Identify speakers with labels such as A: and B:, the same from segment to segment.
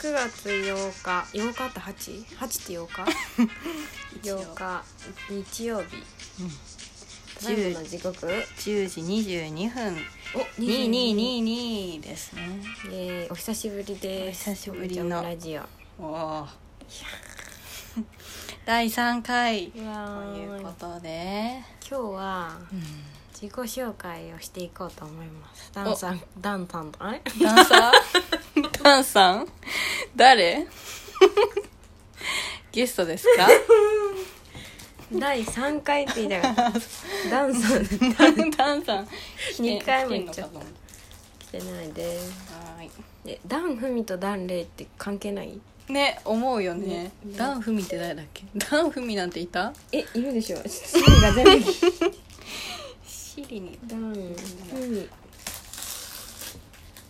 A: 月8日8日って 8?8 って
B: 一応
A: 8日 ?8 日日曜日
B: うん
A: ただいまの時刻
B: 10時22分
A: お
B: 2222ですね
A: えーお久しぶりです
B: お久しぶりの
A: おばちゃんラジオ
B: おお第3回
A: うわ
B: という
A: ー
B: こ
A: い
B: とで、
A: 今日は
B: うん、
A: 自己紹介をしていこうと思いますダンさんダンさんあれ
B: ダンサーダンさん誰ゲストです か
A: 第3回って言いた かったダンさん来
B: ダンさん
A: 二回も言っちゃった
B: 来てんのかと
A: て
B: 思
A: ないです
B: たはーい
A: えダンフミとダンレイって関係ない
B: ね思うよね
A: ね
B: ダンフミって誰だっけダンフミなんていた
A: えいるでし ょシリが全部
B: シリに
A: ダンフミ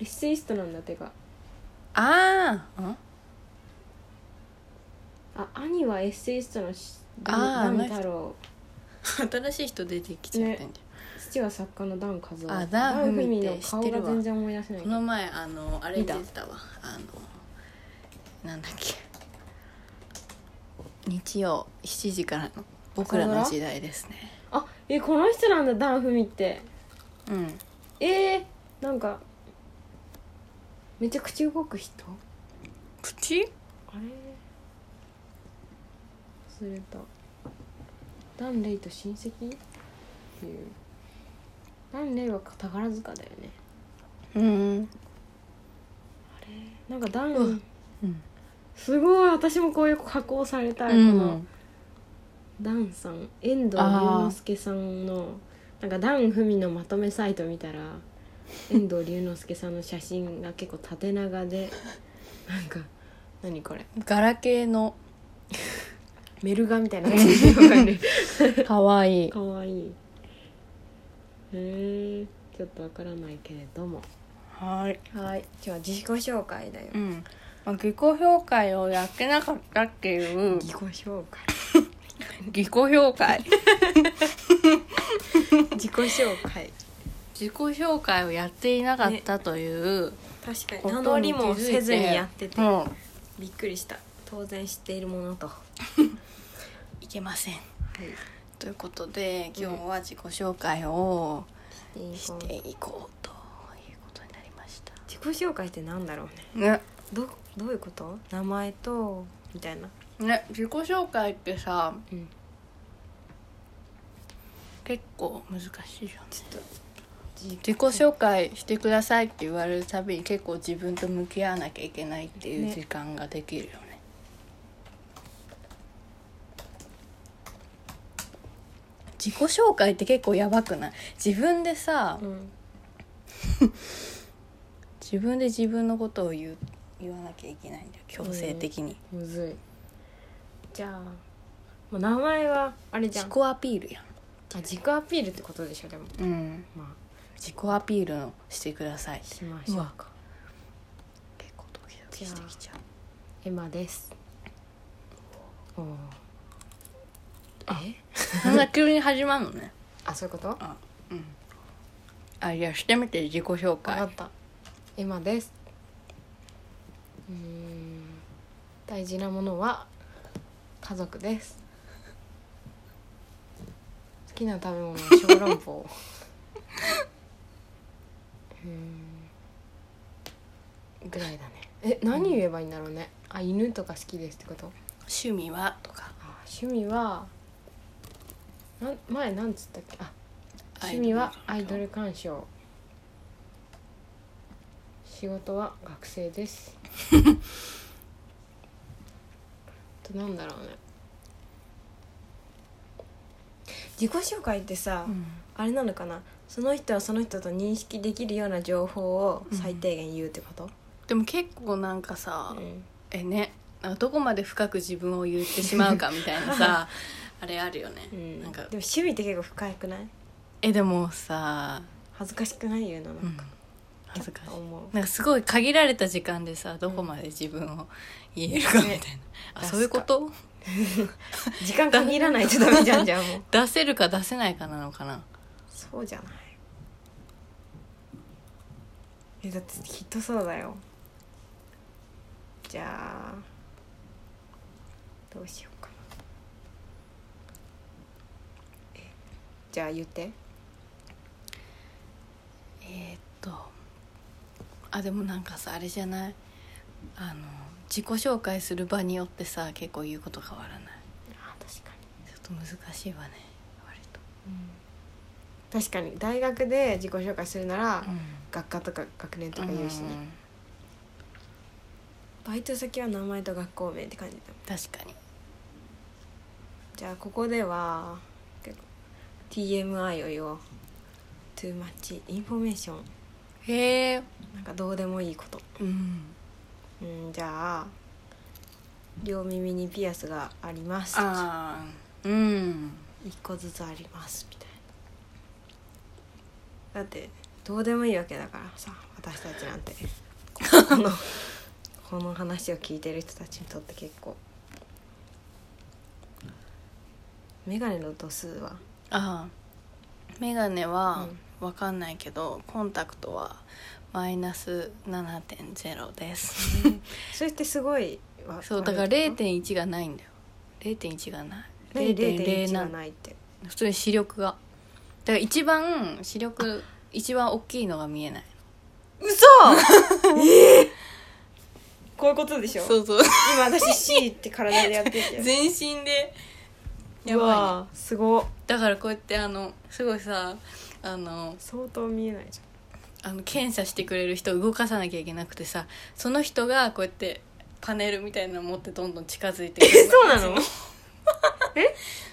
A: エッセイストなんだてか
B: あーん
A: あ兄はエッセイストのし
B: あ
A: ダ
B: ー
A: ンダン太郎
B: 新しい人出てきちゃったんじ
A: 父は作家のダン和夫
B: あダンフミって
A: ダンフミの顔が全然思い出せないけ
B: ゃんこ
A: ど
B: の前あのあれ
A: 見
B: 出
A: た
B: てたわあのなんだっけ日曜7時からの僕らの時代ですね
A: あえこの人なんだダンフミって
B: うん
A: えー、なんかめっちゃ口動く人
B: プチ
A: あれ忘れたダンレイと親戚っていうダンレイは宝塚だよね
B: うん
A: なんかダ
B: う
A: ン
B: んうん
A: すごい私もこういう加工されたい、このダンさん遠藤龍之介さんのなんかダンふみのまとめサイト見たら遠藤龍之介さんの写真が結構縦長 でなんか何これ
B: ガラケーの
A: メルガみたいな感じでわか る
B: かわいい
A: かわいいへえちょっとわからないけれども
B: はい
A: はい今日は自己紹介だよ
B: うん、まあ、自己評価をやってなかったって いう
A: 自己紹介
B: 自己評価
A: 自己紹介
B: 自己評価をやっていなかったという、
A: 確か
B: こ
A: に名
B: と
A: 乗り
B: に気づいて
A: もせずにやってて
B: もう
A: びっくりした当然知っているものとはい
B: けません
A: い
B: ということで今日は自己紹介を
A: 自
B: していこうということになりました
A: 己紹介ってなんだろうね
B: ね
A: どどういうこと名前とみたいな
B: ね自己紹介ってさ
A: うん
B: 結構難しいよね
A: ちょっと自
B: 自己紹介してくださいって言われるたびに結構自分と向き合わなきゃいけないっていう
A: ね
B: 時間ができるよね自己紹介って結構やばくない自分でさ
A: うん
B: 自分で自分のことを言う言わなきゃいけないんだよ強制的に、
A: むずいじゃあもう名前はあれじゃ
B: 自
A: ん
B: 己アピールやん、
A: あ自己アピールってことでしょでも
B: うん、
A: ま
B: 自己アピールをしてください
A: あしましょうか
B: 結構ドキドキしてきちゃう
A: エマですおーえ
B: そんな急に始まるのね
A: あそういうこと
B: あうんあいやしてみて自己紹
A: 分
B: 介
A: かったエマですうーん大事なものは家族です好きな食べ物は小籠 包うーんぐらいだねえ何言えばいいんだろうねあ犬とか好きですってこと
B: 趣味はとか
A: あ趣味はなん前なんつったっけあ趣味はアイドル鑑賞仕事は学生です あとなんだろうね自己紹介ってさ、
B: うん
A: あれなのかなその人はその人と認識できるような情報を最低限言うってこと、
B: でも結構なんかさ、
A: うん
B: えねなんかどこまで深く自分を言ってしまうかみたいな さあれあるよね、
A: うん
B: なん
A: で
B: か
A: も趣味って結構深くない
B: えでもさ、
A: 恥ずかしくない言うのなん
B: う
A: か、
B: ん、恥ずかしい
A: 思う
B: なんかすごい限られた時間でさどこまで自分を言えるかみたいな、
A: ね
B: あ
A: 出すか
B: そういうこと
A: 時間限らないとダメじゃんじゃんもう
B: 出せるか出せないかなのかな
A: そうじゃないえだってきっとそうだよじゃあどうしようかなえじゃあ言って
B: えーっとあでもなんかさあれじゃないあの自己紹介する場によってさ結構言うこと変わらない
A: あ確かに、
B: ちょっと難しいわね割と、
A: 確かに大学で自己紹介するなら、
B: うん、
A: 学科とか学年とか言うしね、バイト先は名前と学校名って感じだもん
B: 確かに
A: じゃあここでは結構 TMI を言おう Too much information
B: へえ
A: なんかどうでもいいこと
B: うん
A: うんじゃあ両耳にピアスがあります
B: ああうん
A: 一個ずつありますみたいなだってどうでもいいわけだからさ私たちなんてこのこの話を聞いてる人たちにとって結構眼鏡の度数は
B: ああ眼鏡は
A: うん
B: わかんないけど、コンタクトはマイナス7.0です
A: それってすごいわ
B: そうだから
A: 悪いってこ
B: 0.1がないんだよ0.1がない
A: と何0.1が
B: い
A: ないって
B: 普通に視力がだから一番視力一番大きいのが見えない
A: 嘘こういうことでしょ
B: そうそう
A: 今私 C って体でやってて
B: 全身でや
A: う
B: ばいね
A: わすご
B: だからこうやってあのすごいさあの
A: 相当見えないじ
B: あの検査してくれる人を動かさなきゃいけなくてさその人がこうやってパネルみたいなの持ってどんどん近づいてく
A: ゃん
B: る
A: そうな の え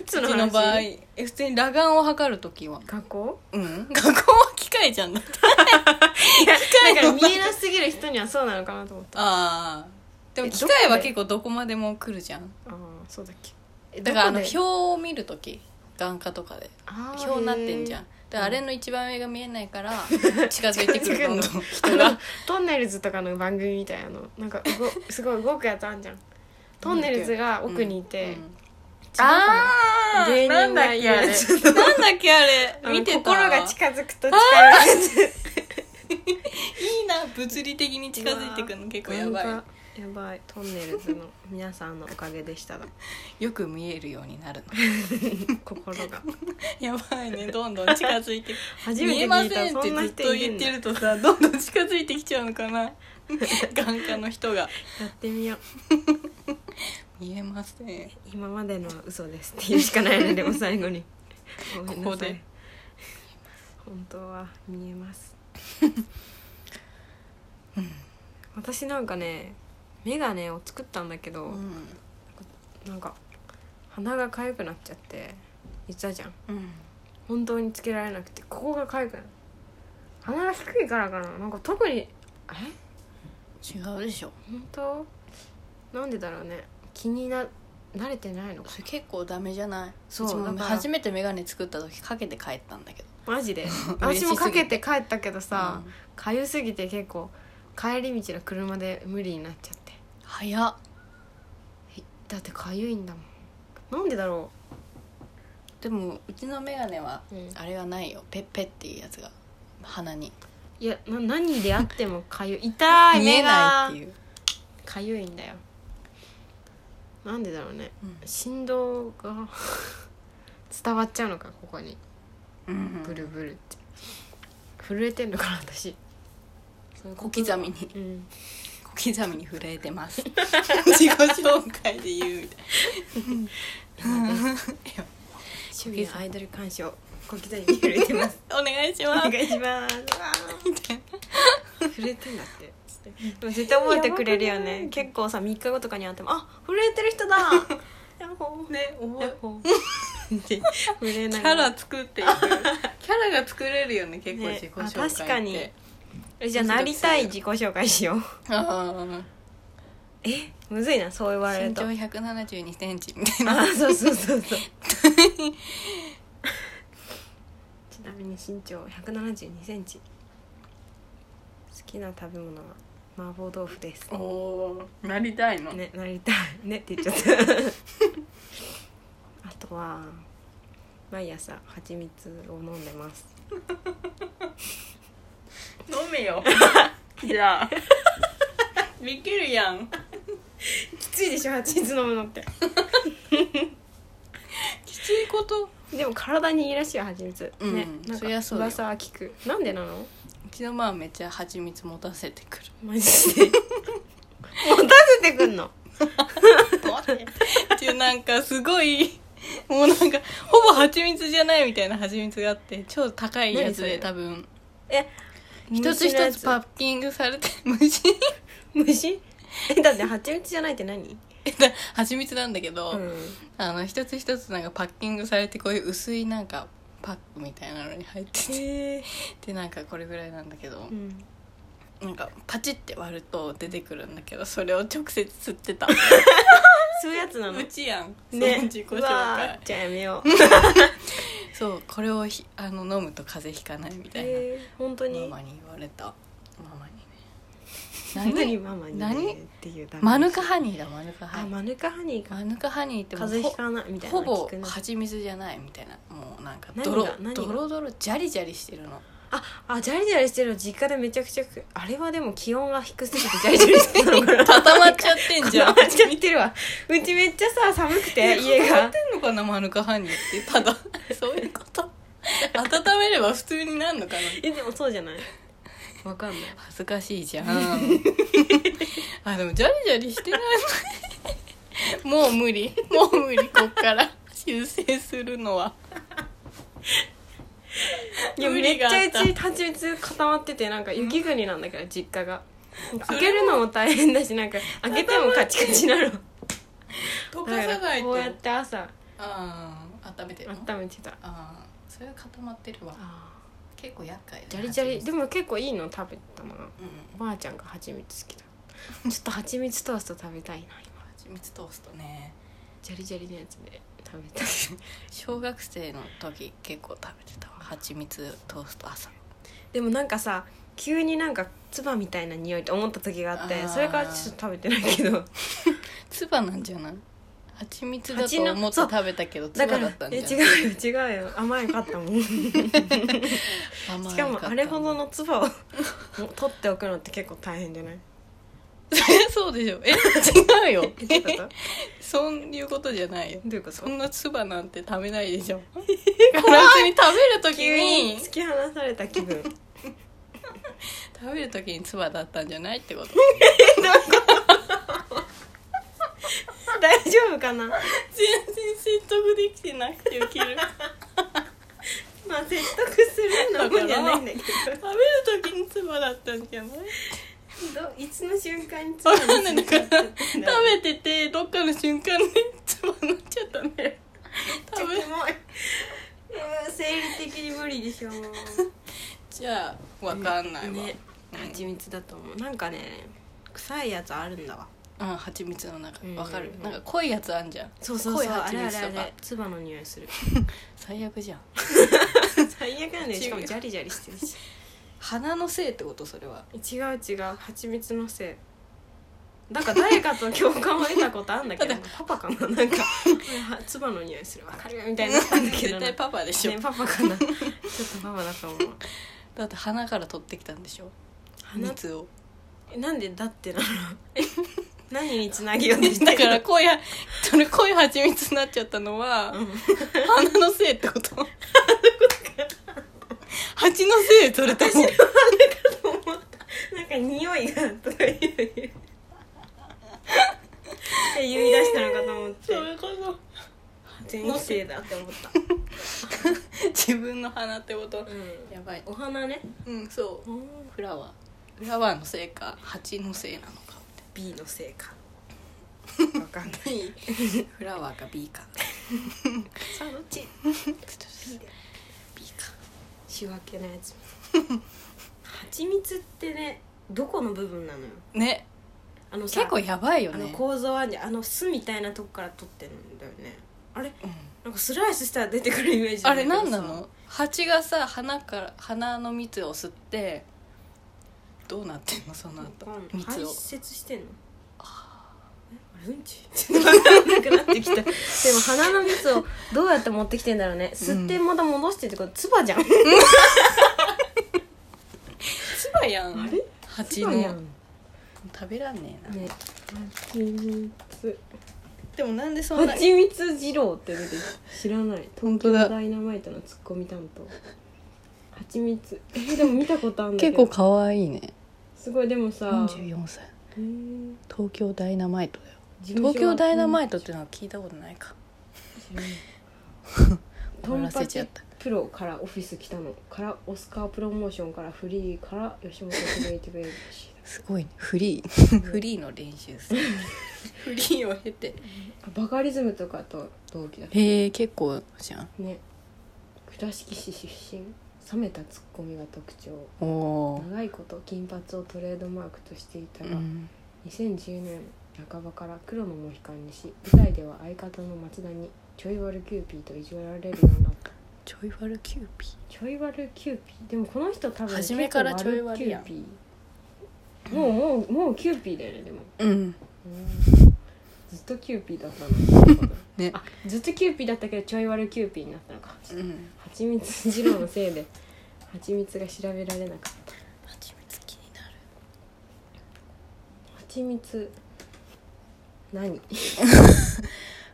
A: いつ
B: う
A: の
B: ち
A: 話
B: の場合え普通に裸眼を測る時は
A: 学校
B: うん学校は機械じゃんだって
A: だか
B: 械
A: ら
B: の
A: 見えなすぎる人にはそうなのかなと思った
B: ああでも
A: え
B: 機械
A: どこ
B: は
A: で
B: 結構どこまでも来るじゃん
A: ああそうだっけえ
B: だからあの
A: どこ
B: 表
A: で
B: を見る時眼科とかで
A: あー
B: 表になってんじゃん
A: へ
B: だからあれの一番上が見えな いから近づいてく
A: 近づく
B: るどん
A: の
B: どん
A: ー
B: 人
A: あの
B: が
A: トンネルズとかの番組みたいなのなんか動 すごい動くやつあんじゃんトンネルズが奥にいて、
B: うん
A: あ
B: あー
A: 芸人が言う
B: なんだっけあれなんだっけあれ見
A: 見
B: て
A: て
B: た
A: 心が近づくと近づく
B: いいな物理的に近づいてくるの結構やば
A: なんかやばいトンネルズの皆さんのおかげでしただ
B: いよく見えるようになるの
A: 心が
B: やばいねどんどん近づ いて
A: 初め
B: 見
A: て
B: えま
A: 聞
B: せ
A: いた
B: んっ
A: そ
B: て
A: んな
B: ずっ
A: 人
B: と
A: いる
B: 言
A: ん
B: っ
A: だ
B: て
A: や
B: るとさどんどん近づいてきちゃうのかな 眼科の人が
A: ってみよう
B: 見えません
A: 今までのは嘘ですって言うしかないのでも最後 にごめんなさい
B: ここで
A: 本当は見えます、私なんかね眼鏡を作ったんだけど、
B: うん
A: なんか鼻が痒くなっちゃって言ってたじゃん
B: うん
A: 本当につけられなくてここが痒くなる鼻が低いからかななんか特にえ
B: 違うでしょ
A: 本当なんでだろうね気にな慣れてないのか
B: それ結構ダメじゃない
A: そう
B: ちも
A: だから
B: 初めて眼鏡作った時かけて帰ったんだけど
A: マ ジで
B: 嬉し
A: 私
B: すぎて
A: もかけて帰ったけどさかゆ、すぎて結構帰り道の車で無理になっちゃって
B: うん早っ
A: だってかゆいんだもんなんでだろ
B: でもうちの眼鏡は
A: う、
B: あれがないよペッペっていうやつが鼻に
A: いやな何であってもかゆい痛い
B: 見え
A: 目
B: ない
A: が
B: っていう
A: かゆいんだよなんでだろうね
B: うん
A: 振動が 伝わっちゃうのかここに
B: うん
A: ブルブルって震えてんのかな私そういうこ
B: 小
A: と
B: 刻みに
A: うん
B: 小刻みに震えてます 自己紹介で言うみたい
A: 趣味のアイドル鑑賞小刻みに震えて ます
B: なお願いし
A: お
B: ます
A: 願いします
B: みたいな
A: 震えてんだってで も絶対覚えてくれるよね結構さ3日後とかに会っても「あ震えてる 人だ!」ヤッホー
B: ね覚
A: ヤ
B: え
A: ッ ホーって震え
B: キ
A: なが
B: ャ
A: ら
B: ラ 作っていくキャラが作れるよね結構
A: ね
B: 自己紹介って、
A: あ確かにえじゃあなりたい自己紹介しよう
B: あ
A: えむずい なそう言わ
B: ー
A: れ
B: 身
A: ると
B: 長1 7 2ンチみたいな
A: あそうそうそう そうちなみに身長1 7 2センチ好きな食べ物は麻婆豆腐です
B: おおーなりたいの、
A: ねなりたいねって言っ ちゃったあとは毎朝蜂蜜を飲んでます
B: 飲めよじゃあできるやん
A: きついでしょ蜂蜜飲むのって
B: きついこと
A: でも体にいいらしいよ蜂蜜、
B: うん
A: ねなん
B: そ
A: か
B: りゃそうよ
A: 噂は聞くなんでな の
B: うちのまあめっちゃ蜂蜜持たせてくる
A: マジで持たせてくんの
B: っていうなんかすごいもうなんかほぼ蜂蜜じゃないみたいな蜂蜜があって超高いやつ
A: 何そ
B: で
A: れ
B: 多分
A: え
B: 一つ一つパッキングされて 虫に
A: 虫 えだって蜂蜜じゃないって何、
B: 蜂蜜なんだけど、
A: うん、
B: あの一つ一つなんかパッキングされてこういう薄いなんかパックみたいなのに入ってて
A: へえ、
B: でなんかこれぐらいなんだけど
A: う、ん、
B: なんかパチって割ると出てくるんだけどそれを直接吸って た
A: そういうやつなの
B: うちやん、
A: ね
B: その自己紹
A: うわ
B: 介
A: ーじゃあやめよう
B: そうこれをひあの飲むと風邪ひかないみたいな、
A: えー、本当に
B: ママに言われたママにね
A: 本当にママに
B: 何
A: っていうだけ
B: マヌカハニーだマヌカハ
A: あ
B: ニー
A: マヌカハニーか
B: マヌカハニーってもう
A: 風邪ひかないみたいな
B: ほ
A: の
B: ぼ
A: 聞くな
B: 蜂蜜じゃないみたいなもうなんか
A: 何が
B: 泥
A: 何が
B: ドロドロジャリジャリしてるの
A: ああジャリジャリしてるの実家でめちゃくちゃくあれはでも気温が低すぎてジャリジャリしてたのかな
B: 固まっちゃってんじゃん
A: 固まっちゃってるわうちめっちゃさ寒くて家
B: 固ま
A: が
B: ってんのかなマヌカハニーってただそういう こと温めれば普通になんのかな
A: えでもそうじゃないわかんない
B: 恥ずかしいじゃん あでもジャリジャリしてないのもう無理もう無理こっから修正するのはい
A: や
B: 無
A: め
B: 理
A: っち
B: があった
A: ゃうち蜂蜜固まっててなんか雪国なんだけど実家が
B: それ
A: 開けるのも大変だしなんか開けてもカチカチなのだ
B: 溶か
A: から
B: さない
A: ことうやって朝
B: ああ温めてるの
A: 温めてた
B: ああそれは固まってるわ結構厄介だ
A: ジャリジャリで
B: も
A: も結構いいの食べたな
B: うん
A: おばあちゃんが蜂蜜好きだちょっと蜂蜜トースト食べたいな今
B: 蜂蜜トーストね
A: ジャリジャリのやつで食べたい
B: 小学生の時結構食べてたわ蜂蜜トースト朝
A: でもなんかさ急になんか唾みたいな匂いって思った時があって
B: あー
A: それからちょっと食べてないけど
B: つばなんじゃない蜂蜜だと思って食べたけどつ
A: だ
B: ば
A: か
B: だ
A: ら
B: ったん
A: え
B: じゃない
A: 違うよ違うよ甘いかったもんし
B: 甘い
A: かも
B: 方
A: あれほどの唾を 取っておくのって結構大変じ ゃない
B: え そうでしょえ違うよ
A: えどういうことど
B: そういうことじゃないよ
A: ういうこ
B: そ
A: と
B: んなつばなんて食べないでし ょガラスに食べる時
A: 急に
B: に
A: 突き放された気分 えどういう
B: 食べる時につばだったんじゃないってこと
A: こと大丈夫かな
B: 全然説得できてなくてウケる
A: まあ説得するのもんじゃないんだけど
B: 食べる時につばだったんじゃない
A: どいつの瞬間に
B: わかんないだから
A: 食
B: 食べててどっかの瞬間につばになっちゃったんだよ食べ
A: 生理的に無理でしょ
B: じゃあわかんないわ、
A: ね蜂蜜だと思うなんかね臭いやつあるんだわ
B: うん蜂蜜の中
A: うん
B: わかるなんか濃いやつあんじゃん
A: そうそう
B: 濃
A: そう
B: い
A: あ
B: 蜂
A: れあれ
B: 蜜
A: あ
B: とか
A: れ唾の匂い する
B: 最悪じゃん
A: 最悪なんだよしかもジャリジャリしてるし
B: 鼻のせいってことそれは
A: 違う違う蜂蜜のせいなんか誰かと共感を得たことあるんだ けどパパかななんか「唾の匂いするわかるよ」みたいになったんだけど
B: 絶
A: な
B: 対パパでしょ、
A: ねパパかなちょっとパパだと思う
B: だって鼻から取ってきたんでしょ
A: 鼻
B: 蜜を
A: なんでだってなの 何につなげようとして
B: だ
A: る
B: から濃いはその濃い蜂蜜になっちゃったのは、
A: うん
B: 鼻のせいってこと蜂のせいそれとも
A: なんか匂いがと かいうって言い出したのかと思って
B: そういうこと
A: 全否定だって思った、
B: 自分の鼻ってこと
A: うん、
B: やばい
A: お花ね
B: うんそうフラワーフラワーのせいか蜂のせいなのか
A: B のせい かわかんない
B: B フラワーか B か
A: さあどっち
B: B か
A: 仕分けのやつ蜂蜜ってねどこの部分なのよ
B: ね
A: あのさ
B: 結構やばいよ
A: あの
B: ね
A: 構造あんじゃんあの巣みたいなとこから取ってるんだよねあれ
B: うん
A: なんかスライスしたら出てくるイメージ
B: あ
A: んだ
B: れ
A: けどさ
B: 何なの蜂がさ花から花の蜜を吸ってどうなってんのその後
A: わかんない
B: 蜜
A: 排
B: を
A: 泄してんのえあれうんちちょっと分かんなくな ってきたでも鼻の蜜をどうやって持ってきてんだろうね吸ってまた戻してってことつばじゃんあ
B: つばやん蜂
A: れ
B: の食べらんねえな、
A: ね蜂蜜
B: でもなんでそんな
A: 蜂蜜二郎って出てきた知らない
B: 本
A: 東京
B: 当だ
A: ダイナマイトのツッコミ担当蜂蜜えーでも見たことあるんだけ
B: 結
A: ど
B: 構可愛いね
A: すごいでもさ
B: 44歳
A: へー
B: 東京ダイナマイトだよ
A: 事務所は
B: 東京ダイナマイトっていうのは聞いたことないか
A: ト
B: 終わ
A: ン
B: ら
A: パ
B: せちゃ
A: チ
B: った
A: プロからオフィス来たのからオスカープロモーションからフリーから吉本クリエイティブエージェンシ
B: すごいねフリ
A: う
B: ー
A: ん
B: フリーの練習する フリーを経て
A: ーバカリズムとかと同期だ
B: へえ結構じゃん
A: ね倉敷市出身冷めたツッコミが特徴
B: おお
A: 長いこと金髪をトレードマークとしていた
B: ー、
A: が、
B: うん、
A: 2010年半ばから黒のモヒカンにし舞台では相方の松田にちょい悪キューピーといじられるようになった
B: ちょいファルキューピ
A: ちょい悪キューピーでもこの人多分
B: 初めからちょい悪やん
A: 結構悪キューピーもうもうもうキューピーだよねでも
B: ーうん
A: うんずっとキューピーだったの
B: ね
A: あずっとキューピーだったけどちょい悪キューピーになったのか
B: うん
A: 蜂蜜二郎のせいで蜂蜜が調べられなかった
B: 蜂蜜気になる
A: 蜂蜜何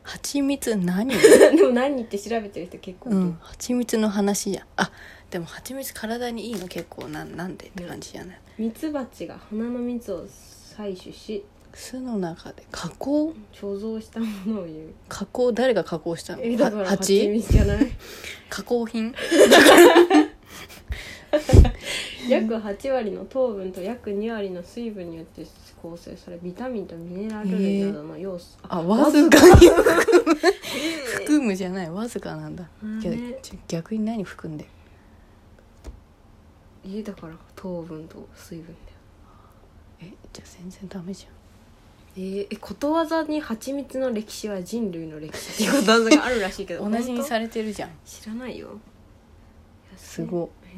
B: 蜂蜜何
A: でも何って調べてる人結構いる、
B: うん蜂蜜の話やあでも蜂蜜体にいいの結構なんなんでって感じじゃない、
A: ミツバチが花の蜜を採取し
B: 巣の中で加工
A: 貯蔵したものを言う
B: 加工誰が加工したの
A: えだから
B: は
A: 蜂
B: 蜂
A: 蜜じゃない
B: 加工品
A: 約8割の糖分と約2割の水分によって構成されビタミンとミネラル類などの要素、
B: あわずかに 含むじゃないわずかなんだ
A: うん
B: けど
A: ね
B: ちょ逆に何含んで
A: えーだから糖分と水分だよ
B: えじゃあ全然ダメじ
A: えーえことわざに蜂蜜の歴史は人類の歴史っていうことわざがあるらしいけ
B: ゃ
A: ど
B: ん同じに
A: 本
B: されてるじゃん
A: 当知らないよ
B: すごっ
A: いへ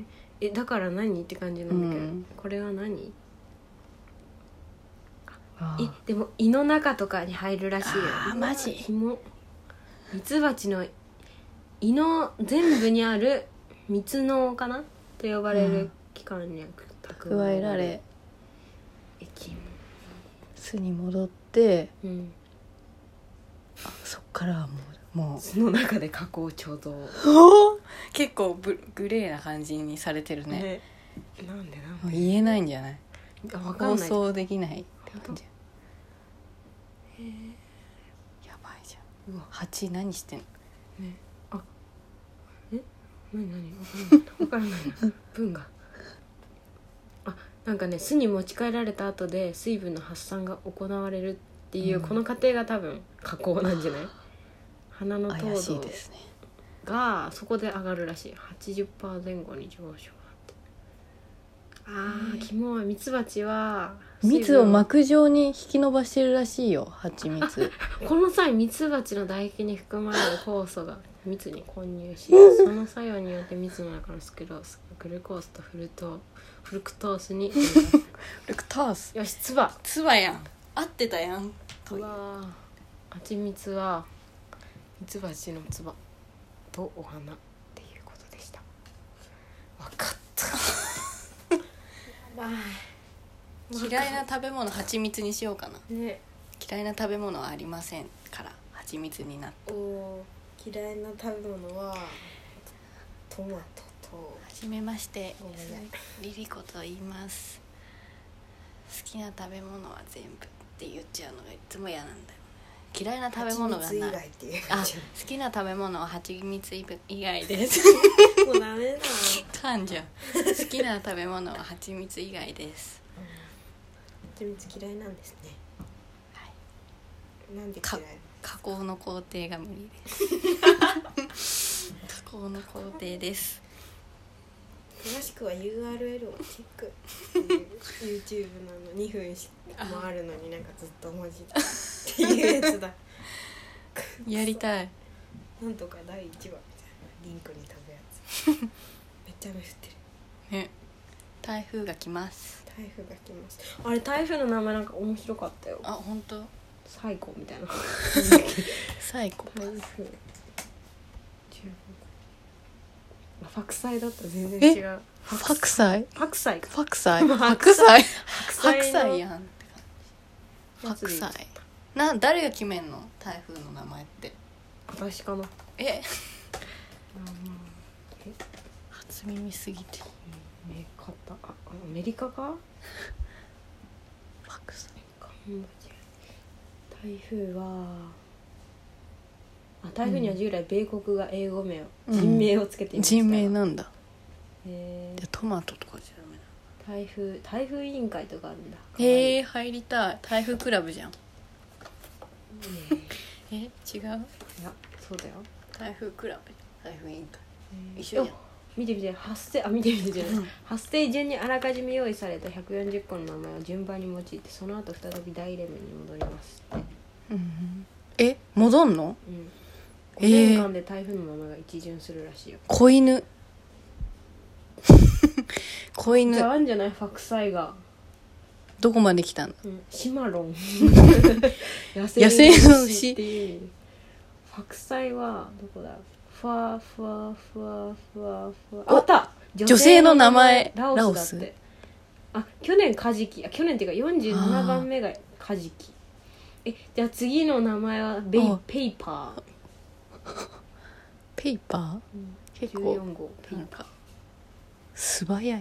A: ーえだから何って感じなんだけど、
B: うん
A: これは何
B: あ
A: えでも胃の中とかに入るらしいよ
B: あーマジ
A: ひもミツバチの胃の全部にある蜜のかなと呼ばれ
B: う
A: る
B: ん
A: 器官に
B: 加えられ
A: 液も
B: 巣に戻って
A: うん
B: あそっからはもうもう
A: その中で加工ちょうど
B: 結構ブグレーな感じにされてるね
A: なんでな
B: もう言えないんじゃない
A: あ分か
B: 放
A: んない
B: 送できないって感じやばいじゃん
A: うわ
B: 蜂何してんの
A: 何何分からない分からないな文があなんかね巣に持ち帰られた後で水分の発散が行われるっていう、
B: うん
A: この過程が多分加工なんじゃない花の糖
B: 怪しい
A: 度
B: ですね
A: がそこで上がるらしい80%前後に上昇あーキモいミツバチは
B: 蜜を
A: まく
B: 膜状に引き伸ばしてるらしいよ 蜂蜜
A: この際ミツバチの唾液に含まれる酵素が蜜に混入しその作用によって蜜の中のスクロースグルコースとフルトフルクトースに変化
B: ルクタース
A: よしつば
B: つばやん合ってたやん
A: うわー蜂蜜はミツバチのつばとお花っていうことでしたわかった
B: 嫌いな食べ物蜂蜜にしようかな
A: ね
B: 嫌いな食べ物はありませんから蜂蜜になっ
A: お嫌いな食べ物はトマトと
B: はじめまして
A: ごめんね
B: リリコと言います好きな食べ物は全部って言っちゃうのがいつも嫌なんだよ嫌いな食べ物が
A: 蜂蜜以
B: ない
A: 外っていう
B: あ好きな食べ物は蜂蜜以外です
A: もうダメだ
B: 噛んじゃう好きな食べ物は蜂蜜以外です
A: 蜂蜜嫌いなんですね
B: は
A: なんで
B: か
A: 嫌い
B: 加工の工程が無理 です加工の工程です
A: 詳しくは URL をチェック YouTube なの2分しもあるのになんかずっと文字 っていうやつだ
B: やりたい
A: なんとか第1話みたいなリンクに飛ぶやつめっちゃ雨降ってる
B: ね台風が来ます
A: 台風が来ますあれ台風の名前なんか面白かったよ
B: あ本当
A: 最高みたいな
B: 最高
A: 台風15あ白菜だった全
B: え
A: 然違う白
B: 白菜
A: 白菜か
B: 白菜
A: まあ
B: 白菜
A: 白菜の
B: 白菜やんって
A: や
B: 感
A: つ
B: じ
A: でいい
B: 白菜な誰が決めんの台風の名前って
A: 私かな
B: え初耳すぎて
A: 目方あアメリカか
B: 白菜
A: カンボジア台風はあ台風には従来米国が英語名を、
B: うん
A: 人名をつけていました
B: 人名なんだ
A: え
B: でトマトとかじゃダメ
A: ー
B: な
A: 台風台風委員会とかあるんだ
B: へ
A: え
B: え入りたい台風クラブじゃんえ違う
A: いやそうだよ、
B: 台風クラブ台風委員会
A: えー
B: 一緒じゃん
A: お見て見て発生あ 見て見てじゃない
B: うん
A: 発生順にあらかじめ用意された140個の名前を順番に用いてその後再び大イレブンに戻りますって、
B: うんえ戻んの
A: うん、
B: えー
A: 5年間で台風の名前が一巡するらしいよ、
B: 子犬
A: じ
B: 子
A: ゃ
B: 犬
A: ああんじゃない白菜が
B: どこまで来たの
A: うんシマロ ン野
B: 野生の牛
A: っていう意味白菜はどこだふわふわふわふわふわあ
B: お
A: あった
B: 女性の名前
A: ラオスだってあ去年カジキあ去年っていうか47番目がカジキえじゃあ次の名前はベイ
B: あ
A: ペイパー
B: ペーパ結構
A: 14号ペ
B: ー
A: イ
B: な
A: パ
B: ん
A: ー
B: か素早い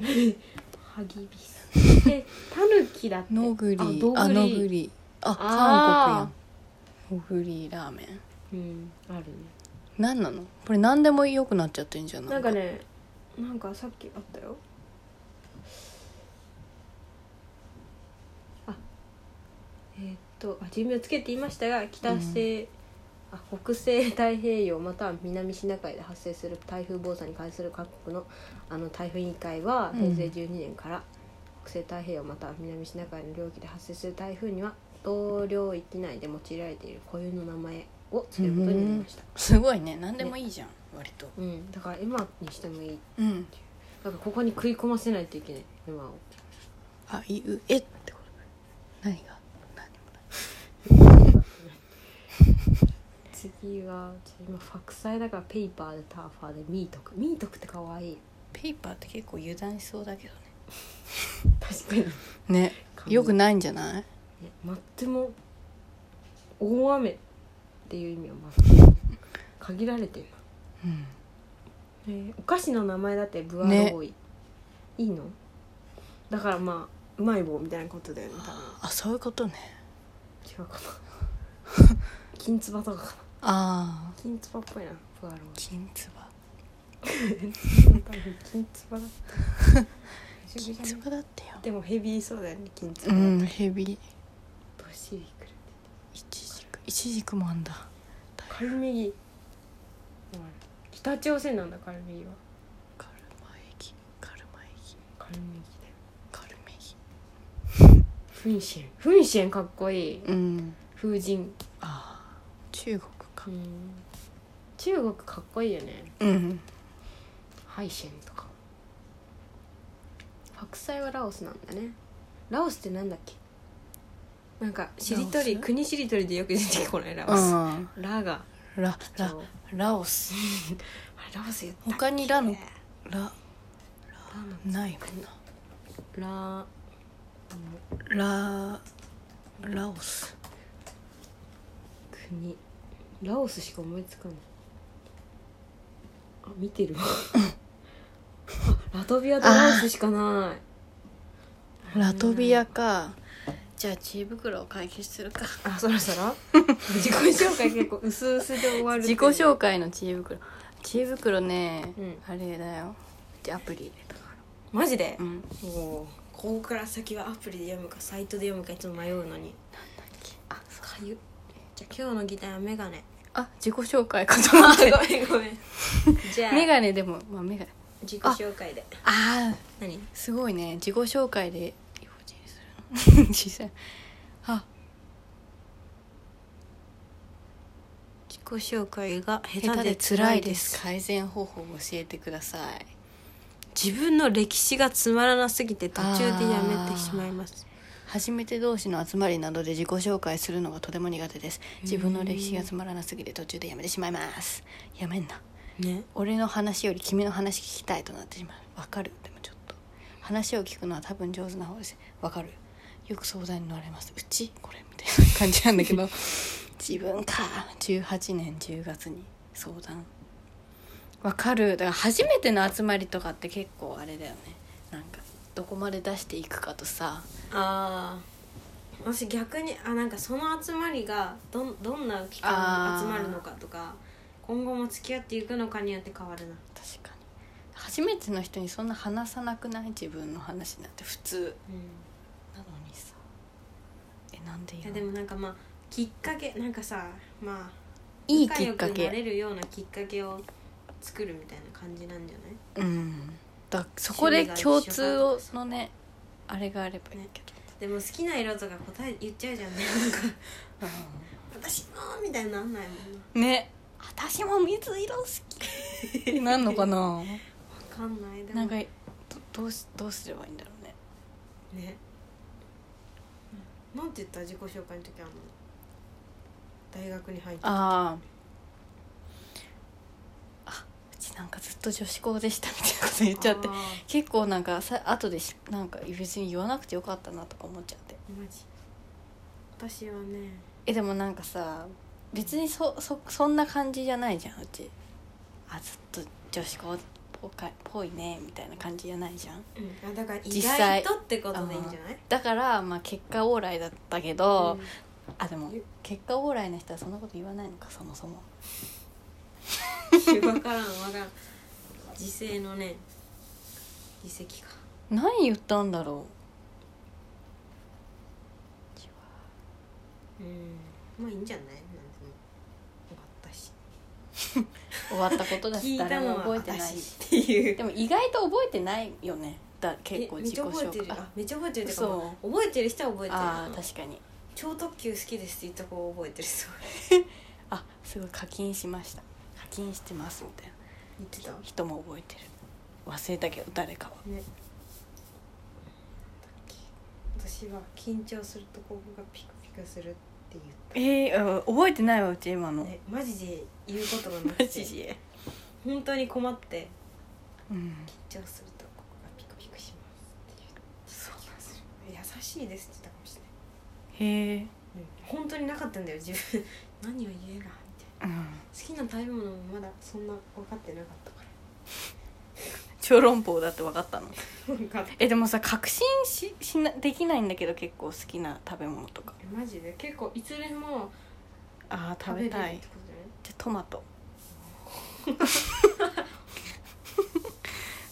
A: ハギビスえタヌキだって
B: のぐり
A: あど
B: あの
A: ぐ
B: ぐ
A: り
B: りあ
A: あ
B: 韓国やんのぐりラーメン
A: うんあるね
B: 何なのこれ何でも良くなっちゃってんじゃんない
A: なんかねなんかさっきあったよあえーっとあ人名をつけていましたが北西、あ北西 太平洋または南シナ海で発生する台風防災に関する各国のあの台風委員会は
B: う
A: 平
B: ん
A: 成12年から、北西太平洋または南シナ海の領域で発生する台風には同領域内で用いられている固有の名前をつけることになりました、
B: すごいね何でもいいじゃん、割と
A: うん、だから今にしてもいい
B: うん
A: だからここに食い込ませないといけない今を
B: あいうえってこと何が何もない
A: 次は今白菜だからペイパーでターファーでミートクミートクってかわいい
B: ペーパーって結構油断しそうだけど
A: 確かに
B: ねね
A: 紙
B: よくないんじゃない
A: ね待っても大雨っていう意味は待って限られてるな、
B: うん
A: えーお菓子の名前だってブワローイ、いいのだからまあうまい棒みたいなことだよね多分
B: あそういうことね
A: 違 うかな金つばとかかな
B: ああ
A: 金つばっぽいなブワローイ
B: 金つば
A: 金つばだった。
B: 金つばだってよ
A: でもヘビーそうだよね金つば
B: う
A: だった。
B: ん
A: どっ
B: ヘビ
A: しりくる。
B: いちじくいちじくもあんだ
A: カルメギ。北朝鮮なんだカルメギは。
B: カルマエギカルマエギ
A: カルメギだよ。
B: カルメギ
A: フンシェン。フンシェンかっこいい。
B: うん
A: 風神。
B: ああ中国か
A: うん中国かっこいいよね。
B: うん
A: ハイシェンとか。白菜はラオスなんだね。ラオスってなんだっけ。なんかしりとり
B: ラオス
A: 国しりとりでよく出てこないラオス。
B: あ
A: ラが。
B: あララ
A: そう
B: ラオス
A: あラオス言った
B: 他にラのラ
A: ラの
B: ないもんな
A: ラあの
B: ララオス
A: 国ラオスしか思いつかないあ見てるわあラトビアとラオスしかない
B: ラトビアかじゃあ知恵袋を解決するか
A: あそろそろ自己紹介結構薄々で終わる
B: 自己紹介の知恵袋知恵袋ね、
A: うん
B: あれだよアプリ入れたか
A: マジで
B: ら、うん、なんだっ
A: おおここから先はアプリで読むかサイトで読むかいつも迷うのに
B: け
A: あかゆじゃあ今日の議題はメガネ
B: あ自己紹介かと思って
A: ごめんごめんじゃあ
B: メガネでもまあメガネ
A: 自己紹介で
B: ああ
A: 何
B: すごいね自己紹 介で幼稚園するの小さいあ
A: 自己紹介が
B: 下
A: 下
B: 手
A: 手
B: で
A: で
B: 辛
A: 辛
B: い
A: い
B: で
A: ですす
B: 改善方法を教えてください
A: 自分の歴史がつまらなすぎて途中でやめてしまいます
B: 初めて同士の集まりなどで自己紹介するのがとても苦手です自分の歴史がつまらなすぎて途中でやめてしまいますやめんな
A: ね
B: 俺の話より君の話聞きたいとなってしまうわかるでもちょっと話を聞くのは多分上手な方ですわかるよく相談に乗られますうちこれみたいな感じなんだけど自分か18年10月に相談わかるだから初めての集まりとかって結構あれだよねなんかどこまで出していくかとさ
A: ああ私逆にあなんかその集まりがどんどんな期間に集まるのかとか今後も付き合っていくのかによって変わるな
B: 確かに初めての人にそんな話さなくない自分の話なんて普通
A: うん
B: なのにさえなんで
A: いや
B: 言
A: で
B: うの
A: もなんかまあきっかけなんかさまあ
B: いいきっか
A: 仲良くなれ
B: け
A: るようなきっかけを作るみたいな感じなんじゃない
B: うんだそこで共通をのねあれがあればいいけ
A: でも好きな色とか答え言っちゃうじゃんねなんか
B: ど、
A: 「私も」みたいになんないもんな
B: ね私も水色好きって なんのかな
A: 分かんないでも
B: なんかどどうしどうすればいいんだろうね
A: ねなんて言った自己紹介の時あの大学に入って
B: あああうちなんかずっと女子校でしたみたいなこと言っちゃって
A: あー
B: 結構なんかさ後でしなんか別に言わなくてよかったなとか思っちゃって
A: マジ私はね
B: えでもなんかさ別にそそそんな感じじゃないじゃんうちあずっと女子校っぽかぽいねみたいな感じじゃないじゃん
A: うん、あだから意
B: 実際
A: 外とってことでいいんじゃない
B: だからまあ結果オーライだったけ
A: うん
B: ど、あでも結果オーライの人はそんなこと言わないのかそもそも
A: 分からん分からん時勢のね実績か
B: 何言ったんだろう
A: うんまあいいんじゃないなんでも終わったし
B: 終わったことだ
A: 聞
B: し
A: いた
B: 誰
A: の
B: も
A: は
B: 覚えてないし
A: 私っていう
B: でも意外と覚えてないよねだ結
A: え
B: 構
A: めっ
B: 自己
A: ちゃ覚えて
B: 紹
A: る
B: 介
A: あめっちゃ覚えてるってか
B: そう
A: もう覚えてる人は覚えてる
B: ああ
A: うん
B: 確かに
A: 超特急好きですって言った子は覚えてるそう
B: あすごい課金しました課金してますみたいな
A: 言ってた
B: 人も覚えてる忘れたけど誰かは
A: ね私は緊張するとここがピクピクするって言っ
B: えー、覚えてないわうち今
A: た、
B: の
A: ね、マジで言うことがなく
B: マ
A: て
B: ジで
A: 本当に困って
B: うん
A: 緊張するとここがピクピクしますって言った気がする優しいですって言ったかもしれない
B: へえ
A: 本当になかったんだよ自分 何を言えばみたいな
B: うん
A: 好きな食べ物もまだそんな分かってなかったから
B: 小籠包だって分かったの
A: 分かった
B: えでもさ確信ししなできないんだけど結構好きな食べ物とか
A: えマジで結構いつでも
B: ああ
A: 食
B: 食
A: べれ
B: べ
A: る
B: た
A: っ
B: い
A: てことじゃない
B: じゃあトマト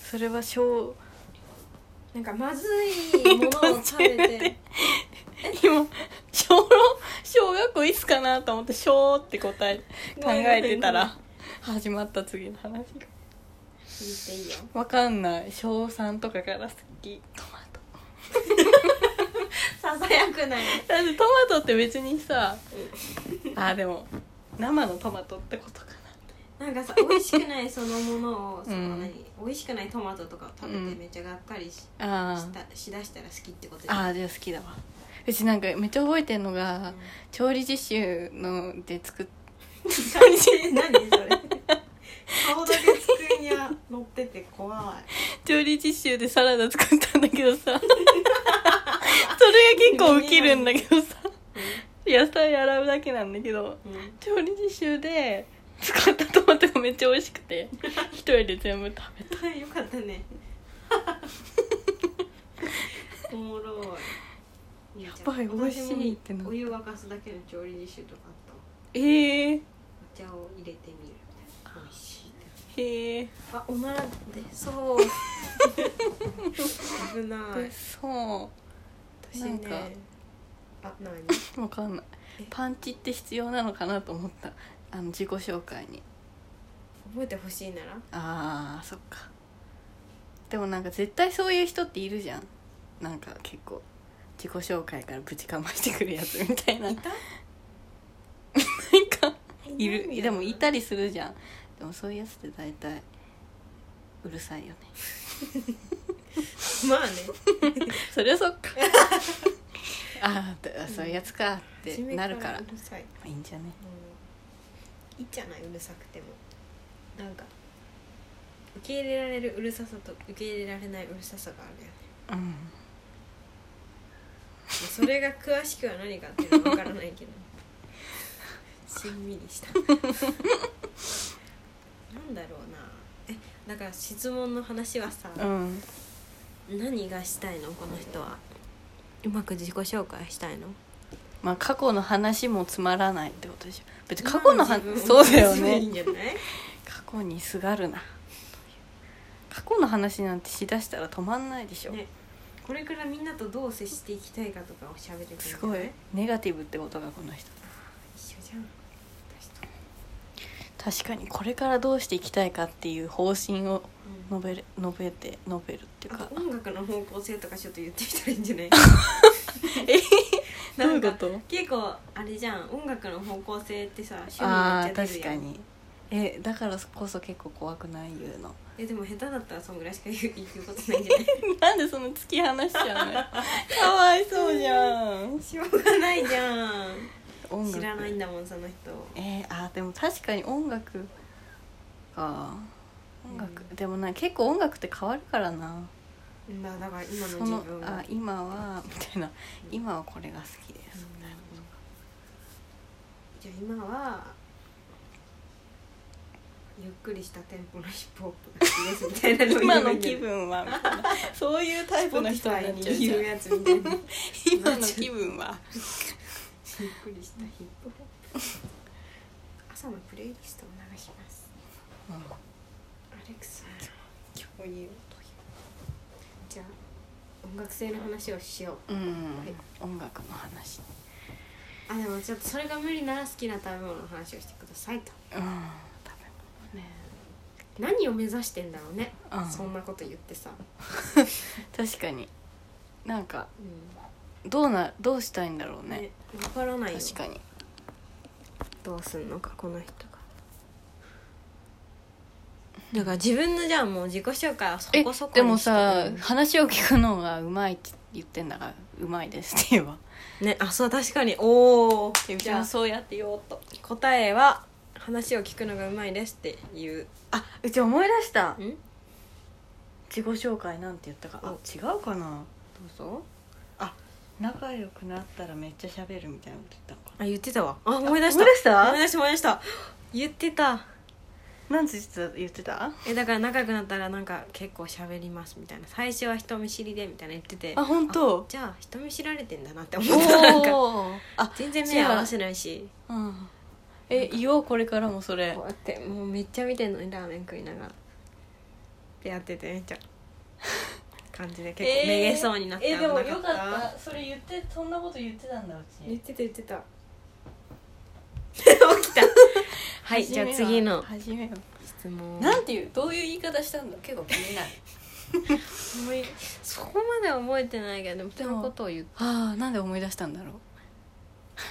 B: それは小
A: なんかまずいものを食 べ
B: 途中で
A: て
B: 今小籠小学校いつかなと思って「小」って答え考えてた ら始まった次の話
A: 言
B: が
A: っていいよ
B: わかんない小3とかから好きトマト
A: ささやくない
B: だってトマトって別にさあでも生のトマトってことか
A: なんかさ美味しくないそのものをその
B: うん
A: 何美味しくないトマトとかを食べ
B: う
A: て
B: ん
A: めっちゃがっかりし,、
B: なあ
A: し
B: ー
A: たしだしたら好きってことじゃん
B: あーじゃあ好きだわうちなんかめっちゃ覚えてんの が、
A: うん
B: 調理実習ので作っ
A: 何それ顔だけ机に乗ってて怖い
B: 調理実習でサラダ作ったんだけどさそれが結構ウケるんだけどさ野菜洗うだけなんだけど
A: うん、
B: 調理実習で使ったトマトがめっちゃ美味しくて一人で全部食べ
A: うん、よかった ねおもろい
B: やばい美味しいってな
A: お湯沸かすだけの調理実習とかあったわ
B: ええ
A: お茶を入れてみるみたいな美味しいって
B: へえ
A: あおなら出そう危ない
B: そ
A: 私
B: なんか
A: ねあ何
B: うわかんない
A: え
B: パンチって必要なのかなと思ったあの自己紹介に
A: 覚えてほしいなら
B: あーそっかでもなんか絶対そういう人っているじゃんなんか結構自己紹介からぶちかましてくるやつみたいななんか
A: た
B: いる
A: な
B: でもいたりするじゃんでもそういうやつって大体うるさいよね
A: まあね
B: そりゃそっか あーだそういうやつかって
A: 初め
B: なるから
A: うるさい、
B: いいんじゃね
A: うん、いいじゃないうるさくてもなんか受け入れられるうるささと受け入れられないうるささがあるよね
B: うん
A: うるそれが詳しくは何かっていうのは分からないけ どしんみりしたなんだろうなえだから質問の話はさ、
B: うん
A: 何がしたいのこの人はうまく自己紹介したいの
B: まあ過去の話もつまらないってことでしょ別に過去の話そうだよ
A: いい
B: ね
A: んじゃない
B: 過去にすがるな過去の話なんてしだしたら止まんないでしょ、
A: ねこれからみんなとどう接していきたいかとかを喋ってくれる
B: すごいネガティブってことがこの人
A: 一緒じゃん私と
B: 確かにこれからどうしていきたいかっていう方針を
A: うん
B: 述べる述べて述べるっていう
A: あ
B: か
A: と音楽の方向性とかちょっと言ってみたらいいんじゃ ない
B: どう
A: ないん
B: うこ
A: か
B: と
A: 結構あれじゃん音楽の方向性ってさ趣味
B: あ
A: め
B: ー
A: っちゃ出
B: 確
A: るや
B: か
A: ん
B: にえだからこそ結構怖くない言うの
A: えでも下手だったらそんぐらいしか言う言うことないんじゃない
B: なんでその突き放しちゃうの かわいそうじゃん
A: しょうがないじゃん
B: 音楽
A: 知らないんだもんその人
B: えー、あーでも確かに音楽か音楽、
A: うん
B: でもな結構音楽って変わるからな
A: うんだだから今の
B: そ
A: 自
B: の
A: 分
B: あ
A: は
B: 今はみたいな今はこれが好き です、
A: うん
B: みたいなことか
A: じゃあ今はゆっくりしたテンポのヒップホップが好きですみたいなを言
B: 今
A: えばいい
B: の
A: んじゃな
B: 気
A: い
B: 分はみたいなそういうタイプの人になっちゃ
A: Spotify
B: う
A: に
B: じゃ
A: 言
B: ん
A: うやつみたいなゆっ
B: 今の気分は
A: くりしたヒップホップ朝のプレイリストを流しますアレクサ
B: 共有
A: じゃあ音楽性の話をしよう
B: うん、
A: はい
B: 音楽の話
A: あでもちょっとそれが無理なら好きな食べ物の話をしてくださいと
B: うん
A: ね何を目指してんだろうね、
B: うん
A: そんなこと言ってさ、
B: 確かになんか
A: う、
B: どうなどうしたいんだろうんね
A: ね分からないよ
B: 確かに
A: どうすんのかこの人がだから自分のじゃあもう自己紹介はそ
B: え
A: こそこ
B: でも
A: にして
B: さ話を聞くのがうまいって言ってんだからうまいですって言 えば
A: ねあそう確かにおお
B: う
A: じ
B: ち
A: ゃ
B: も
A: あ
B: そうやって言おうと
A: 答えは話を聞くのがうまいですっていう
B: あうち思い出した
A: ん
B: 自己紹介なんて言ったかあ
A: お
B: 違うかな
A: どうぞ
B: 仲良くなったらめっちゃ喋るみたいなこと言ったのか
A: あ言ってたわあ思い出した
B: 思い出した
A: 思い出した思い出した言ってた
B: ななんて言ってた
A: えだから仲良くなったらなんか結構喋りますみたいな最初は人見知りでみたいな言ってて
B: あ本当
A: じゃあ人見知られてんだなって思ったなんか
B: おおあ
A: 全然目合わせないし
B: うんえ言おうこれからもそれ
A: こうやってもうめっちゃ見てんのにラーメン食いながらでやっててめっ ちゃ感じで結構めげそうになって
B: え
A: 危
B: ー
A: な
B: で
A: か
B: も
A: った,、
B: よかったそれ言ってそんなこと言ってたんだう
A: 言っ
B: ち
A: てた言ってた 起き たはいじゃあ次の
B: 始めよう
A: 質問
B: なんていうどういう言い方したんだ結構気になる
A: 思いそこまでは覚えてないけどでもそ
B: でも
A: のことを言っ
B: ああなんで思い出したんだろ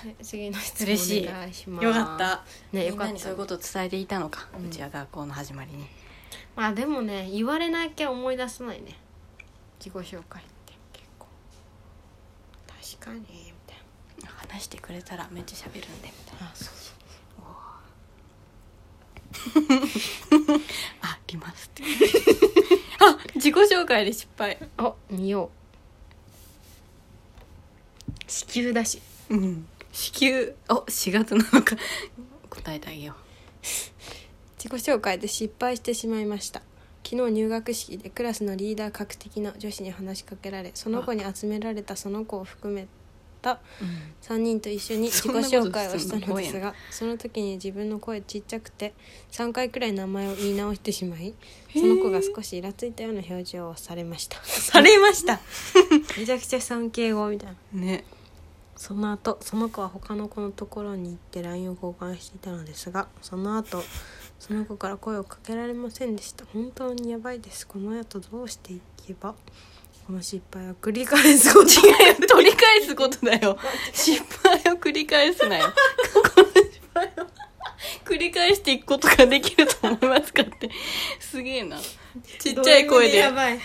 A: て次の質
B: 嬉しい
A: 問お願いしま
B: う
A: す
B: よかった
A: ね
B: み
A: よ
B: ん
A: かっ
B: な
A: た
B: にそういうことを伝えていたのか、う
A: うん
B: ちは学校の始まりに
A: まあでもね言われなきゃ思い出さないね自己紹介って結構確かにみたい
B: 話してくれたらめっちゃ喋るんでみたいな
A: なあそうそう
B: ありますって あ自己紹介で失敗
A: あ見よう子宮だし
B: うん子宮お4月なのか答えてあげよ
A: 自己紹介で失敗してしまいました昨日入学式でクラスのリーダー格的な女子に話しかけられその子に集められたその子を含めた
B: う、
A: 3人と一緒に自己紹介をしたのですがその時に自分の声ちっちゃくて3回くらい名前を言い直してしまいその子が少しイラついたような表情をされま したされましためちゃくちゃ尊敬語みたいな
B: ね
A: その後その子は他の子のところに行って LINE を交換していたのですがその後その子から声をかけられませんでした本当にやばいですこの後どうしていけばこの失敗を繰り返すこと
B: 違うよ 取り返すことだよ失敗を繰り返すなよ 過去の失敗を繰り返していくことができると思いますかってすげえなちっちゃい声で
A: や
B: 3
A: ばい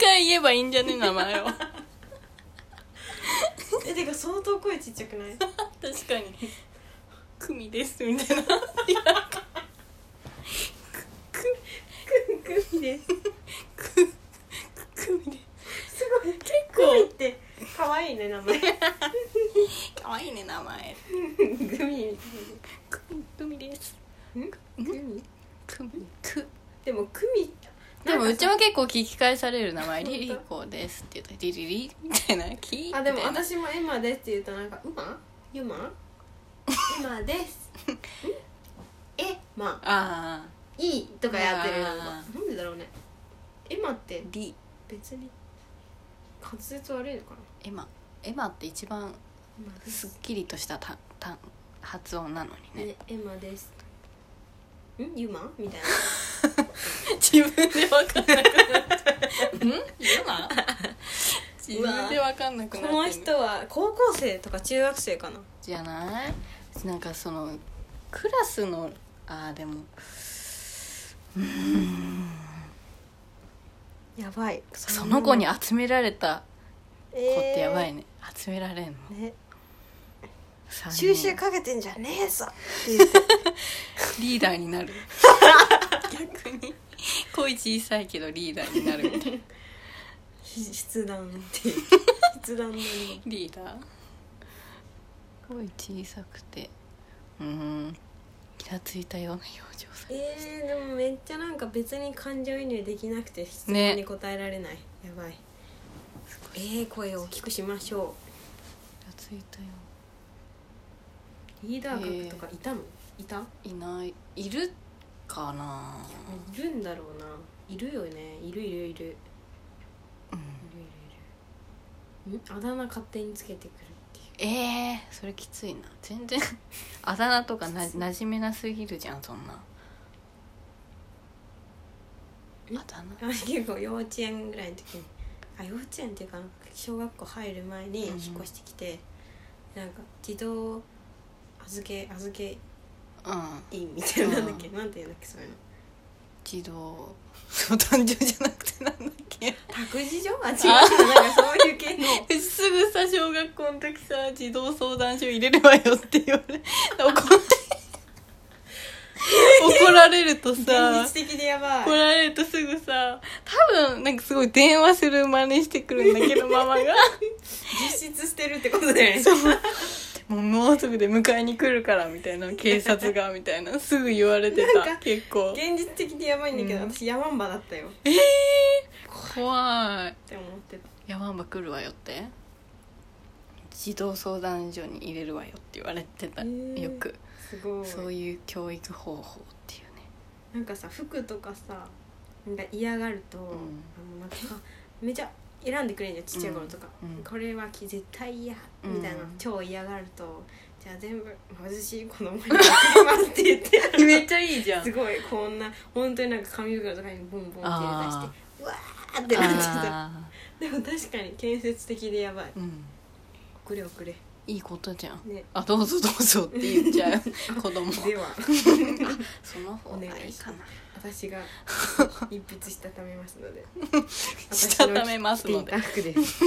B: 回言えばいいんじゃね 名前を確
A: えてか相当声ちっちゃくない
B: かに「クミです」みたいな
A: クミです
B: 「クミです
A: ごい結
B: 構
A: クミって可愛いね名前
B: 可愛いね名前
A: グミ
B: くグミです
A: グミ
B: くく
A: でもグミ
B: でも
A: なん
B: う
A: か
B: ち
A: さ
B: も結構聞き返される名前リリ
A: 本
B: コですって言ったらリリリみたいなキー
A: あでも
B: みたいな
A: 私もエマですって言うとなんかウマユマエマ ですんエマ
B: ああ
A: いいとかやってるなんか
B: あ
A: なんでだろうねエマって
B: リ
A: 別に滑舌悪いのかな
B: エマエマって一番
A: エマです
B: っ
A: す
B: きりとしたたた発音なのにね
A: ねエマですんユマみたいな
B: 自分で分かんなくなっちゃうん今自分で分かんなくなっ
A: こ
B: てる
A: の人は高校生とか中学生かな
B: じゃないなんかそのクラスのああでも
A: やばい
B: その子に集められた
A: 子っ
B: 子ってやばいね、集められんの
A: ね
B: 三人
A: 収集かけてんじゃねえぞって 言って
B: リーダーになる逆に 声小さいけどリーダーになるみたいな
A: 筆談っていう筆談のに
B: リーダー声小さくてうーんイラついたような表情さ
A: えー、でもめっちゃなんか別に感情移入できなくて質問
B: ね
A: に答えられない、やばいえー、声を大きくしましょ
B: イラついたよ
A: うリーダー格とかいたの、いた
B: いないいるかない
A: るんだろうないるよねいるいるいるいるいるいるんあだ名勝手につけてくるっていう
B: えー、それきついな全然 あだ名とかな馴染めなすぎるじゃんそんな
A: え
B: あだ名
A: あ結構幼稚園ぐらいの時にあ幼稚園っていうか小学校入る前に
B: う
A: 引
B: ん
A: っ越してきて、なんか児童預け預け
B: うん
A: 員みたいななんだっけ、なんていうんだっけそういうの
B: 児童 相談所じゃなくてなんだっけ
A: 託児所あ違うなんかそういう系の
B: すぐさ小学校の時さ児童相談所入れるわよって言わ れ怒って怒られるとさ
A: 現実的でやばい
B: 怒られるとすぐさ多分なんかすごい電話する真似してくるんだけどママ が
A: 実質捨てるってことだよね
B: もうもうすぐで迎えに来るからみたいな警察がみたいなすぐ言われて
A: な
B: た
A: んか
B: 結構
A: 現実的でやばいんだけど、
B: うん
A: 私ヤマンバだったよっ
B: えー、怖い
A: て思ってた
B: ヤマンバ来るわよって児童相談所に入れるわよって言われてた、
A: へー
B: よく
A: すごい
B: そういう教育方法っていうね
A: なんかさ服とかさなんか嫌がると、あのなんかめちゃ選んでくれんじゃんちっちゃい頃とか、
B: うんうん
A: これはき絶対嫌みたいな、
B: うん
A: 超嫌がるとじゃあ全部貧しい子供に送りますって言って あの
B: めっちゃいいじゃん
A: すごいこんな本当になんか紙袋とかにボンボンって入れ出して
B: あ
A: うわーってなっちゃったでも確かに建設的でやばい
B: ーうん
A: 遅れ遅れ
B: いいことじゃん
A: ね
B: あどうぞどうぞって言っちゃう子供
A: では
B: その方
A: お
B: が
A: 願
B: い
A: い
B: い
A: し
B: か
A: ま
B: な
A: す私が一筆したためますので
B: したためますので
A: 私ピンタフです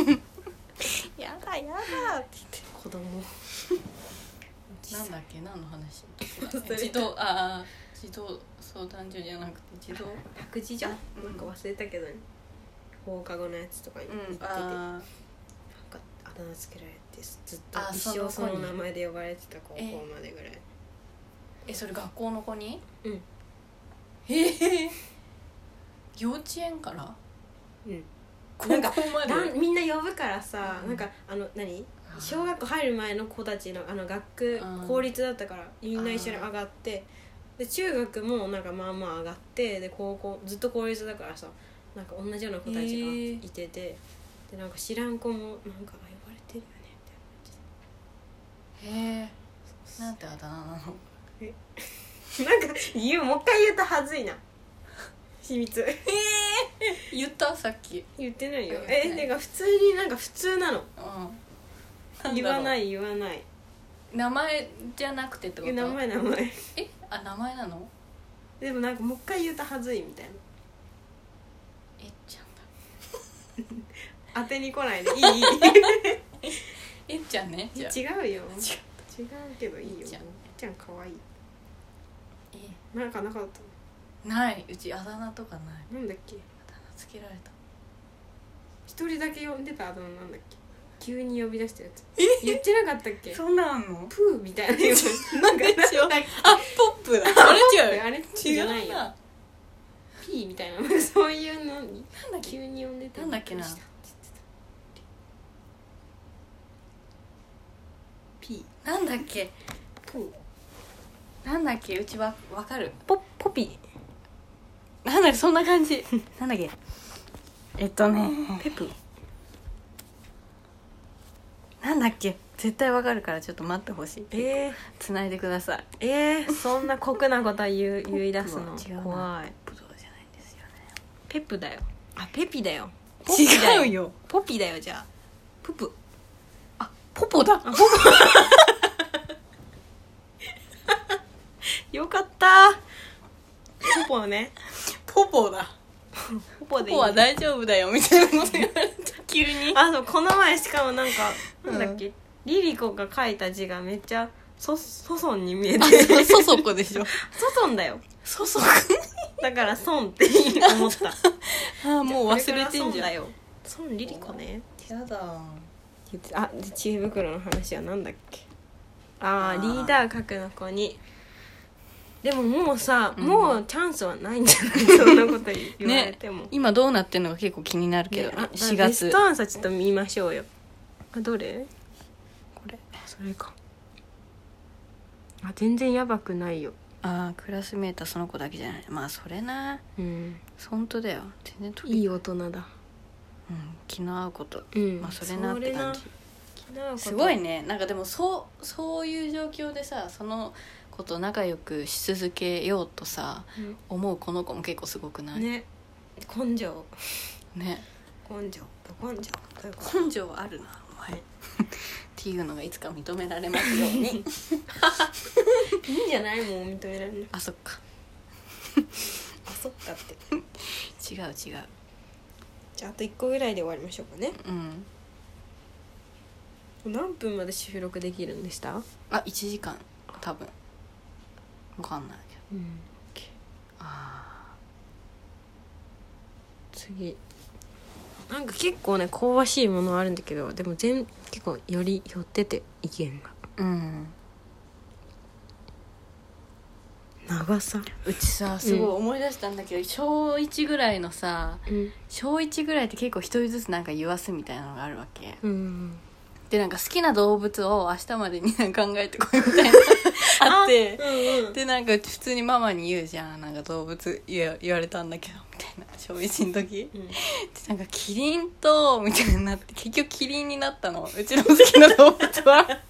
B: やだやだって
A: 子供
B: なんだっけ何の話
A: 忘れた
B: 児童ああ児童相談所じゃなくて児童
A: 託児所
B: あ
A: なんか忘れたけどね放課後のやつとかに行ってて、なんか
B: あ
A: あだ名つけられてずっと
B: あ
A: 一生
B: そ
A: そ
B: の子
A: の
B: に
A: 名前で呼ばれてた高校
B: え
A: までぐらい
B: えそれ学校の子に
A: うん
B: へえ幼稚園から
A: うん
B: 高
A: なんか
B: 校まで
A: だんみんな呼ぶからさ、
B: うん
A: なんかあの何小学校入る前の子たちのあの学区
B: うん
A: 公立だったからみんな一緒に上がってで中学もなんかまあまあ上がってで高校ずっと公立だからさなんか同じような子たちが
B: へえ
A: いてて、でなんか知らん子もなんかあ呼ばれてるよねみたいな
B: へえなんてあだ名なの
A: なんか言うもう一回言うとはずいな秘密
B: 言ったさっき
A: 言ってないよ
B: 言って
A: え
B: ない
A: てか普通になんか普通なの
B: うん
A: 言わないい言わない
B: 名前じゃなくてってこと
A: 名前名前
B: えあ名前なの
A: でもなんかもう一回言うとはずいみたい
B: えっちゃんだ
A: な当てに来ない でいいいい
B: えっちゃんねじゃあ
A: 違うよ
B: 違
A: 違うけどいいよ
B: いいじゃん
A: ちゃん可愛い
B: え
A: なんかなかった
B: ないうちあだ名とかない
A: なんだっけ
B: あだ名つけられた
A: 一人だけ呼んでたあだ名なんだっけ急に呼び出したやつ言ってなかったっけ
B: そうなの
A: プーみたいな言う
B: なんか 違うあポップだあれ違う
A: あれじゃないよ
B: な
A: ピーみたいななんかそういうのに
B: んだっけ
A: 急に呼んでて
B: なんだっけな
A: びくりした
B: P なんだっけ
A: プー
B: なんだっけうちはわかるポポピなんだっけそんな感じ なんだっけえっとねペプなんだっけ絶対わかるからちょっと待ってほしい
A: えー、
B: つないでください
A: えー、そんな酷なこと 言う言い出すの
B: 違うな
A: 怖い
B: ブドウじゃないんですよ
A: ペップだよあペピだよ
B: ね違う
A: よ
B: よ
A: ポピだよじゃあププ
B: ポポだ
A: よかったポポね
B: ポポだ
A: ポポ
B: ポ
A: でいい
B: ポは大丈夫だよみたいなこと言われた急に
A: あそうこの前しかもなんか
B: う
A: なんんだっけ、リリコが書いた字がめっちゃそソソンに見え て
B: あそそこでしょ
A: ソソンだよ
B: そそこ
A: だからソンって思った
B: あーもう忘れて
A: こ
B: ん
A: からソン
B: じゃん
A: だよソンリリコね
B: やだ
A: 言ってあで知恵袋の話はなんだっけあ
B: あ
A: ー
B: ー
A: リーダー格の子にでももうさ、
B: うん
A: もうチャンスはないんじゃない そんなこと言われ
B: ね
A: ても、
B: 今どうなってるのが結構気になるけど、
A: ねあ
B: 4
A: ベス
B: 月
A: トアンサーちょっと見ましょうよあどれ
B: これ
A: それかあ全然やばくないよ
B: ああクラスメートはその子だけじゃないまあそれな
A: うん
B: 本当だよ全然取り
A: いい大人だ
B: うん、気の合うこと、
A: うん
B: まあそれなって感じ
A: じ
B: すごいねなんかでもそうそういう状況でさその子と仲良くし続けようとさ思うこの子も結構すごくないね
A: ね根性根性ど根性どういうこと
B: 根性あるなお前っていうのがいつか認められますように
A: いいんじゃないもう認められない
B: あそっか
A: あそっかって
B: 違う違う
A: じゃああと1個ぐらいで終わりましょうかね
B: うん
A: 何分まで収録できるんでした
B: あ1時間多分わかんないけど
A: うん
B: あ
A: 次なんか結構ね香ばしいものあるんだけどでも全結構より寄ってて意見が
B: あうん
A: 長さ
B: うちさすごい思い出したんだけど、小1ぐらいのさ
A: うん
B: 小1ぐらいって結構一人ずつなんか言わすみたいなのがあるわけ
A: うん
B: でなんか好きな動物を明日までになんか考えてこいみたいな あって
A: うんうん
B: でなんか普通にママに言うじゃんなんか動物言え言われたんだけどみたいな小1の時
A: うん
B: でなんかキリンとみたいになって結局キリンになったのうちの好きな動物は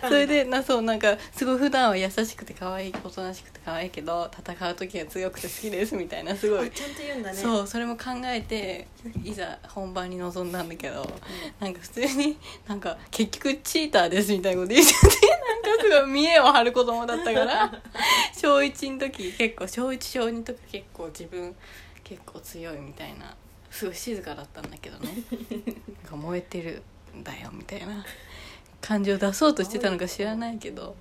B: それでなそうなんかすごい普段は優しくて可愛いおとなしくて可愛いけど戦う時は強くて好きですみたいなすご
A: あ
B: い
A: ちゃんと言うんだね
B: そうそれも考えていざ本番に臨んだんだけど、なんか普通になんか結局チーターですみたいなこと言っちゃって なんかすごい見栄を張る子供だったから 小1の時結構小1小2の時結構自分結構強いみたいなすごい静かだったんだけどねなんか燃えてるんだよみたいな感情出そうとしてたのか知らないけど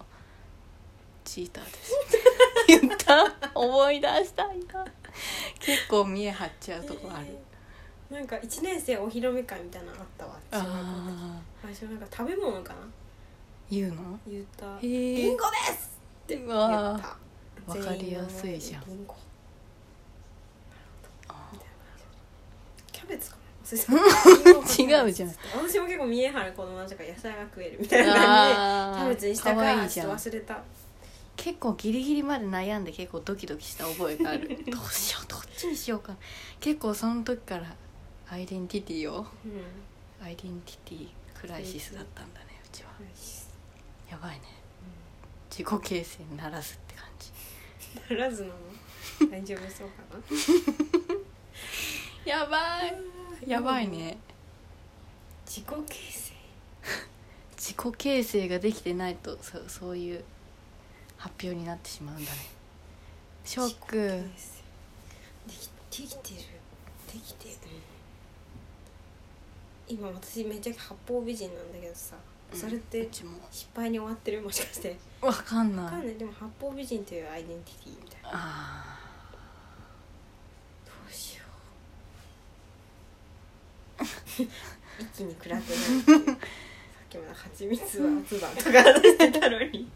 B: 「チーター です」言った思い出した今結構見え張っちゃうとこある、
A: えーなんか1年生お披露目会みたいなのあったわ
B: あ
A: 小学校の時
B: あ
A: 最初なんか食べ物かな
B: ー言うの
A: 言った
B: へ
A: 「
B: え
A: りんごです!」って言っ
B: うわ
A: た
B: ーわかりやすいじゃん
A: 全員の名前りんご
B: あー
A: キャベツかな忘れた
B: 違うじゃん
A: 私も結構見え張る子供だったから野菜が食えるみたいな感じでキャベ
B: あー
A: ツにした
B: 可
A: か
B: 愛い
A: ち
B: じ
A: ょっ
B: ゃ
A: と
B: ん
A: 忘れた
B: 結構ギリギリまで悩んで結構ドキドキした覚えがある どうしようどっちにしようかな結構その時からアイデンティティを
A: うん
B: アイデンティティクライシスだったんだねうちはやばいね自己形成にならずって感じ
A: ならずなの大丈夫そうかな
B: やばい やばいね
A: 自己形成
B: 自己形成ができてないとそうそういう発表になってしまうんだねショック
A: できできてるできてる今私めっちゃ八方美人なんだけどさそれっ
B: う
A: て
B: ちも
A: 失敗に終わってるもしか して
B: わかんない
A: わかんないでも八方美人というアイデンティティみたいなど
B: あ
A: うしよ 一気に食らってないっていうさっきまで蜂蜜はつばとか話してたの に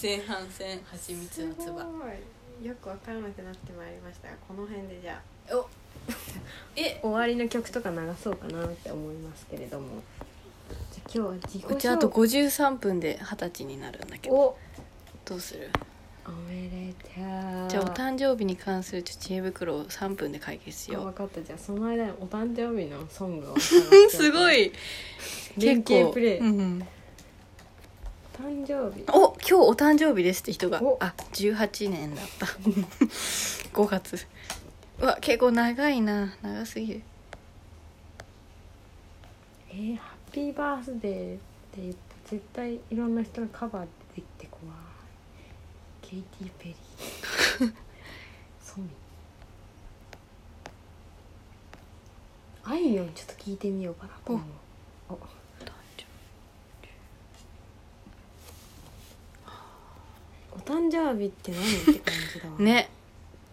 B: 前半戦蜂蜜のつば
A: すごいよく分からなくなってまいりましたがこの辺でじゃあ
B: おえ
A: 終わりの曲とか流そうかなって思いますけれどもじゃあ今日は自己
B: うちあと53分で二十歳になるんだけど
A: お
B: どうする
A: おめでた
B: じゃあお誕生日に関するちょっと知恵袋を3分で解決し
A: あ分
B: よ
A: かったじゃあその間にお誕生日のソングを
B: う す
A: す
B: ごい
A: 連
B: 結
A: 携
B: 構
A: プレイ、
B: うんうん
A: 誕生日
B: お今日お誕生日ですって人が
A: お
B: あ18年だった 5月うわ結構長いな長すぎる
A: えー、ハッピーバースデーって言って絶対いろんな人のカバー出てきて怖いケイティ・ペリー ソミあいみょんちょっと聞いてみようかなと思うおお誕生日って何って感じだわ
B: ね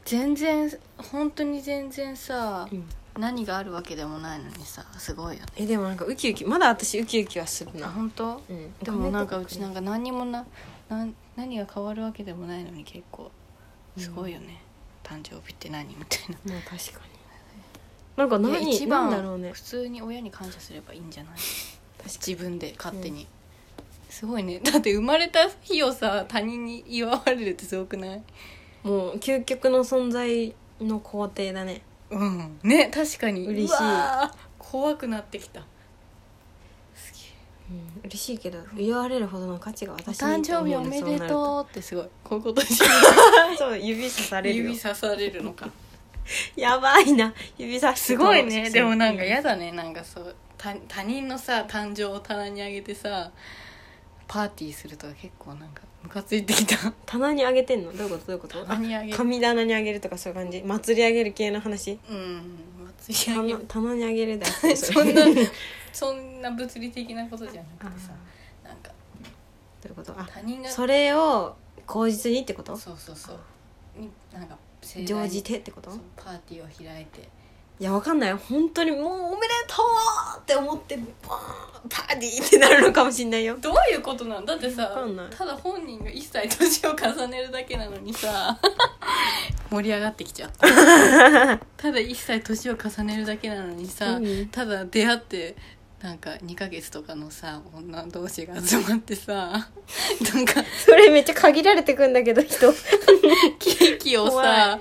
B: 全然本当に全然さ
A: うん
B: 何があるわけでもないのにさすごいよね
A: えでもなんかウキウキまだ私ウキウキはする
B: あ本当
A: うん
B: でもなんかうちなんか何にもななん何が変わるわけでもないのに結構すごいよね、誕生日って何みたいな
A: まあ確かになんか
B: いや
A: 何
B: 一番
A: なんだろうね
B: 普通に親に感謝すればいいんじゃない
A: 確
B: 自分で勝手に、すごいねだって生まれた日をさ他人に祝われるってすごくない
A: もう究極の存在の肯定だね
B: うんね確かに
A: 嬉しいう
B: わー怖くなってきたすげえ
A: うん嬉しいけど祝われるほどの価値が
B: お
A: 私
B: 誕生日おめでとうってすごいこういうことでしょ
A: うそう指さされるよ
B: 指さされるのか
A: やばいな指さして
B: す
A: た
B: ごいねでもなんか
A: う
B: 嫌だねなんかそう他他人のさ誕生を棚にあげてさパーティーするとか結構なんかムカついてきた
A: 棚にあげてんのどういうことどういうこと
B: 棚にあげる
A: 神棚にあげるとかそういう感じ祭り上げる系の話
B: うん祭り上げ
A: 棚
B: る
A: 棚にあげるだ
B: そんな
A: どういう
B: そんな物理的なことじゃなくてさなんか
A: ことあ
B: 他人が
A: それを口実にってこと
B: そうそうそうになんか盛大
A: 常
B: に
A: 時てってこと
B: そうパーティーを開いて
A: いやわかんない本当にもうおめでとうって思ってバーンパーティーってなるのかもしんないよ
B: どういうことなんだってさ
A: わかんない
B: ただ本人が一切年を重ねるだけなのに さ盛り上がってきちゃった ただ一切年を重ねるだけなのにさ、
A: うん
B: ただ出会ってなんか2ヶ月とかのさ女同士が集まってさなんか
A: それめっちゃ限られてくんだけど人
B: ケーキをさ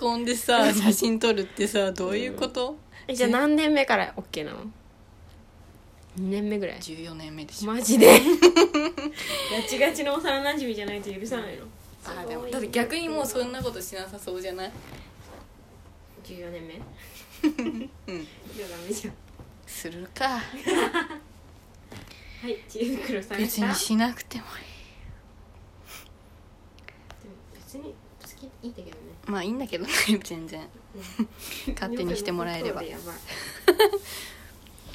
A: 怖
B: 囲んでさ写真撮るってさどういうこと、
A: えじゃあ何年目から OK なの ?2 年目ぐらい
B: 14年目でしょ、
A: マジでガチガチの幼なじみじゃないと許さないの
B: あーでもだって逆にもうそんなことしなさそうじゃない
A: 14年目いや
B: うん
A: ダメじゃん
B: するか
A: はい知恵袋され
B: 別
A: た
B: にしなくてもいい
A: 別に好きいいんだけどね
B: まあいいんだけどね 全然勝手にしてもらえれば
A: やばい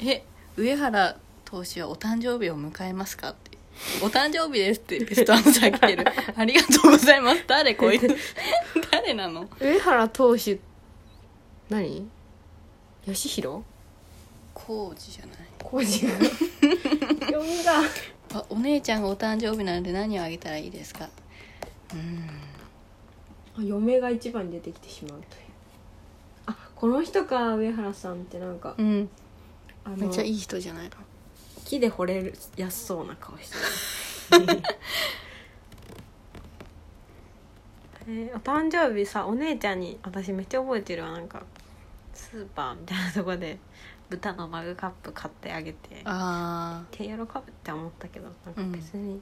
B: え上原投手はお誕生日を迎えますかってお誕生日ですってベストアンサー来 てるありがとうございます誰こい つ誰なの
A: 上原投手何吉弘
B: コーチじゃない
A: 浩二が読んだ
B: あお姉ちゃんがお誕生日なので何をあげたらいいですかうーん
A: 嫁が一番に出てきてしまうというあこの人か上原さんってなんか、
B: うん
A: あの
B: めっちゃいい人じゃないの
A: 木で惚れやすそうな顔してる、 えーお誕生日さお姉ちゃんに私めっちゃ覚えてるわなんかスーパーみたいなとこで豚のマグカップ買ってあげて
B: あ
A: 手喜ぶって思ったけどなんか別に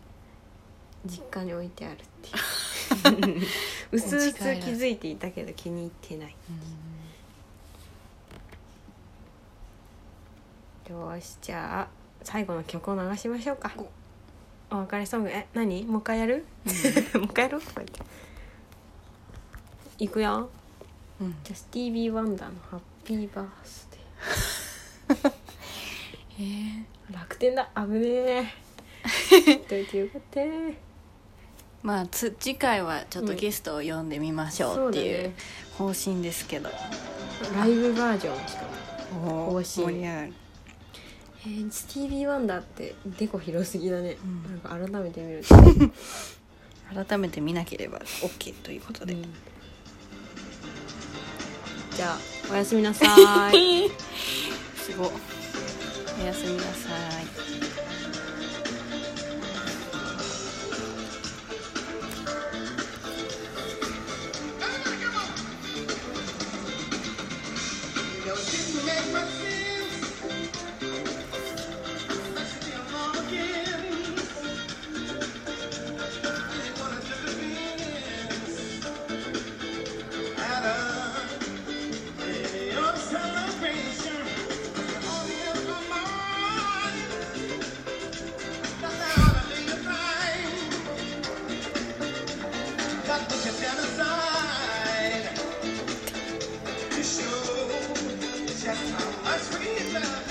A: 実家に置いてあるって いううすうす気づいていたけど気に入ってない
B: ー、
A: よしじゃあ最後の曲を流しましょうか
B: お
A: お別れソングえ何もう一回やる もう一回やろうとか言っていくよ
B: うんうん
A: じゃあスティービー・ワンダーの「ハッピーバースデ
B: えー
A: ー」楽天だ危 ねえどいてよかった
B: まあつ次回はちょっとゲストを呼んでみましょうって
A: そうだ
B: いう
A: ね
B: 方針ですけど、
A: ライブバージョンしかも
B: お
A: 方針
B: 盛り上がる
A: えー、スティービー・ワンダーってデコ広すぎだね、
B: うん
A: なんか改めて見ると、う
B: 改めて見なければ OK ということで、
A: んじゃあおやすみなさー い
B: すごいおやすみなさい
C: Show just how much we love you.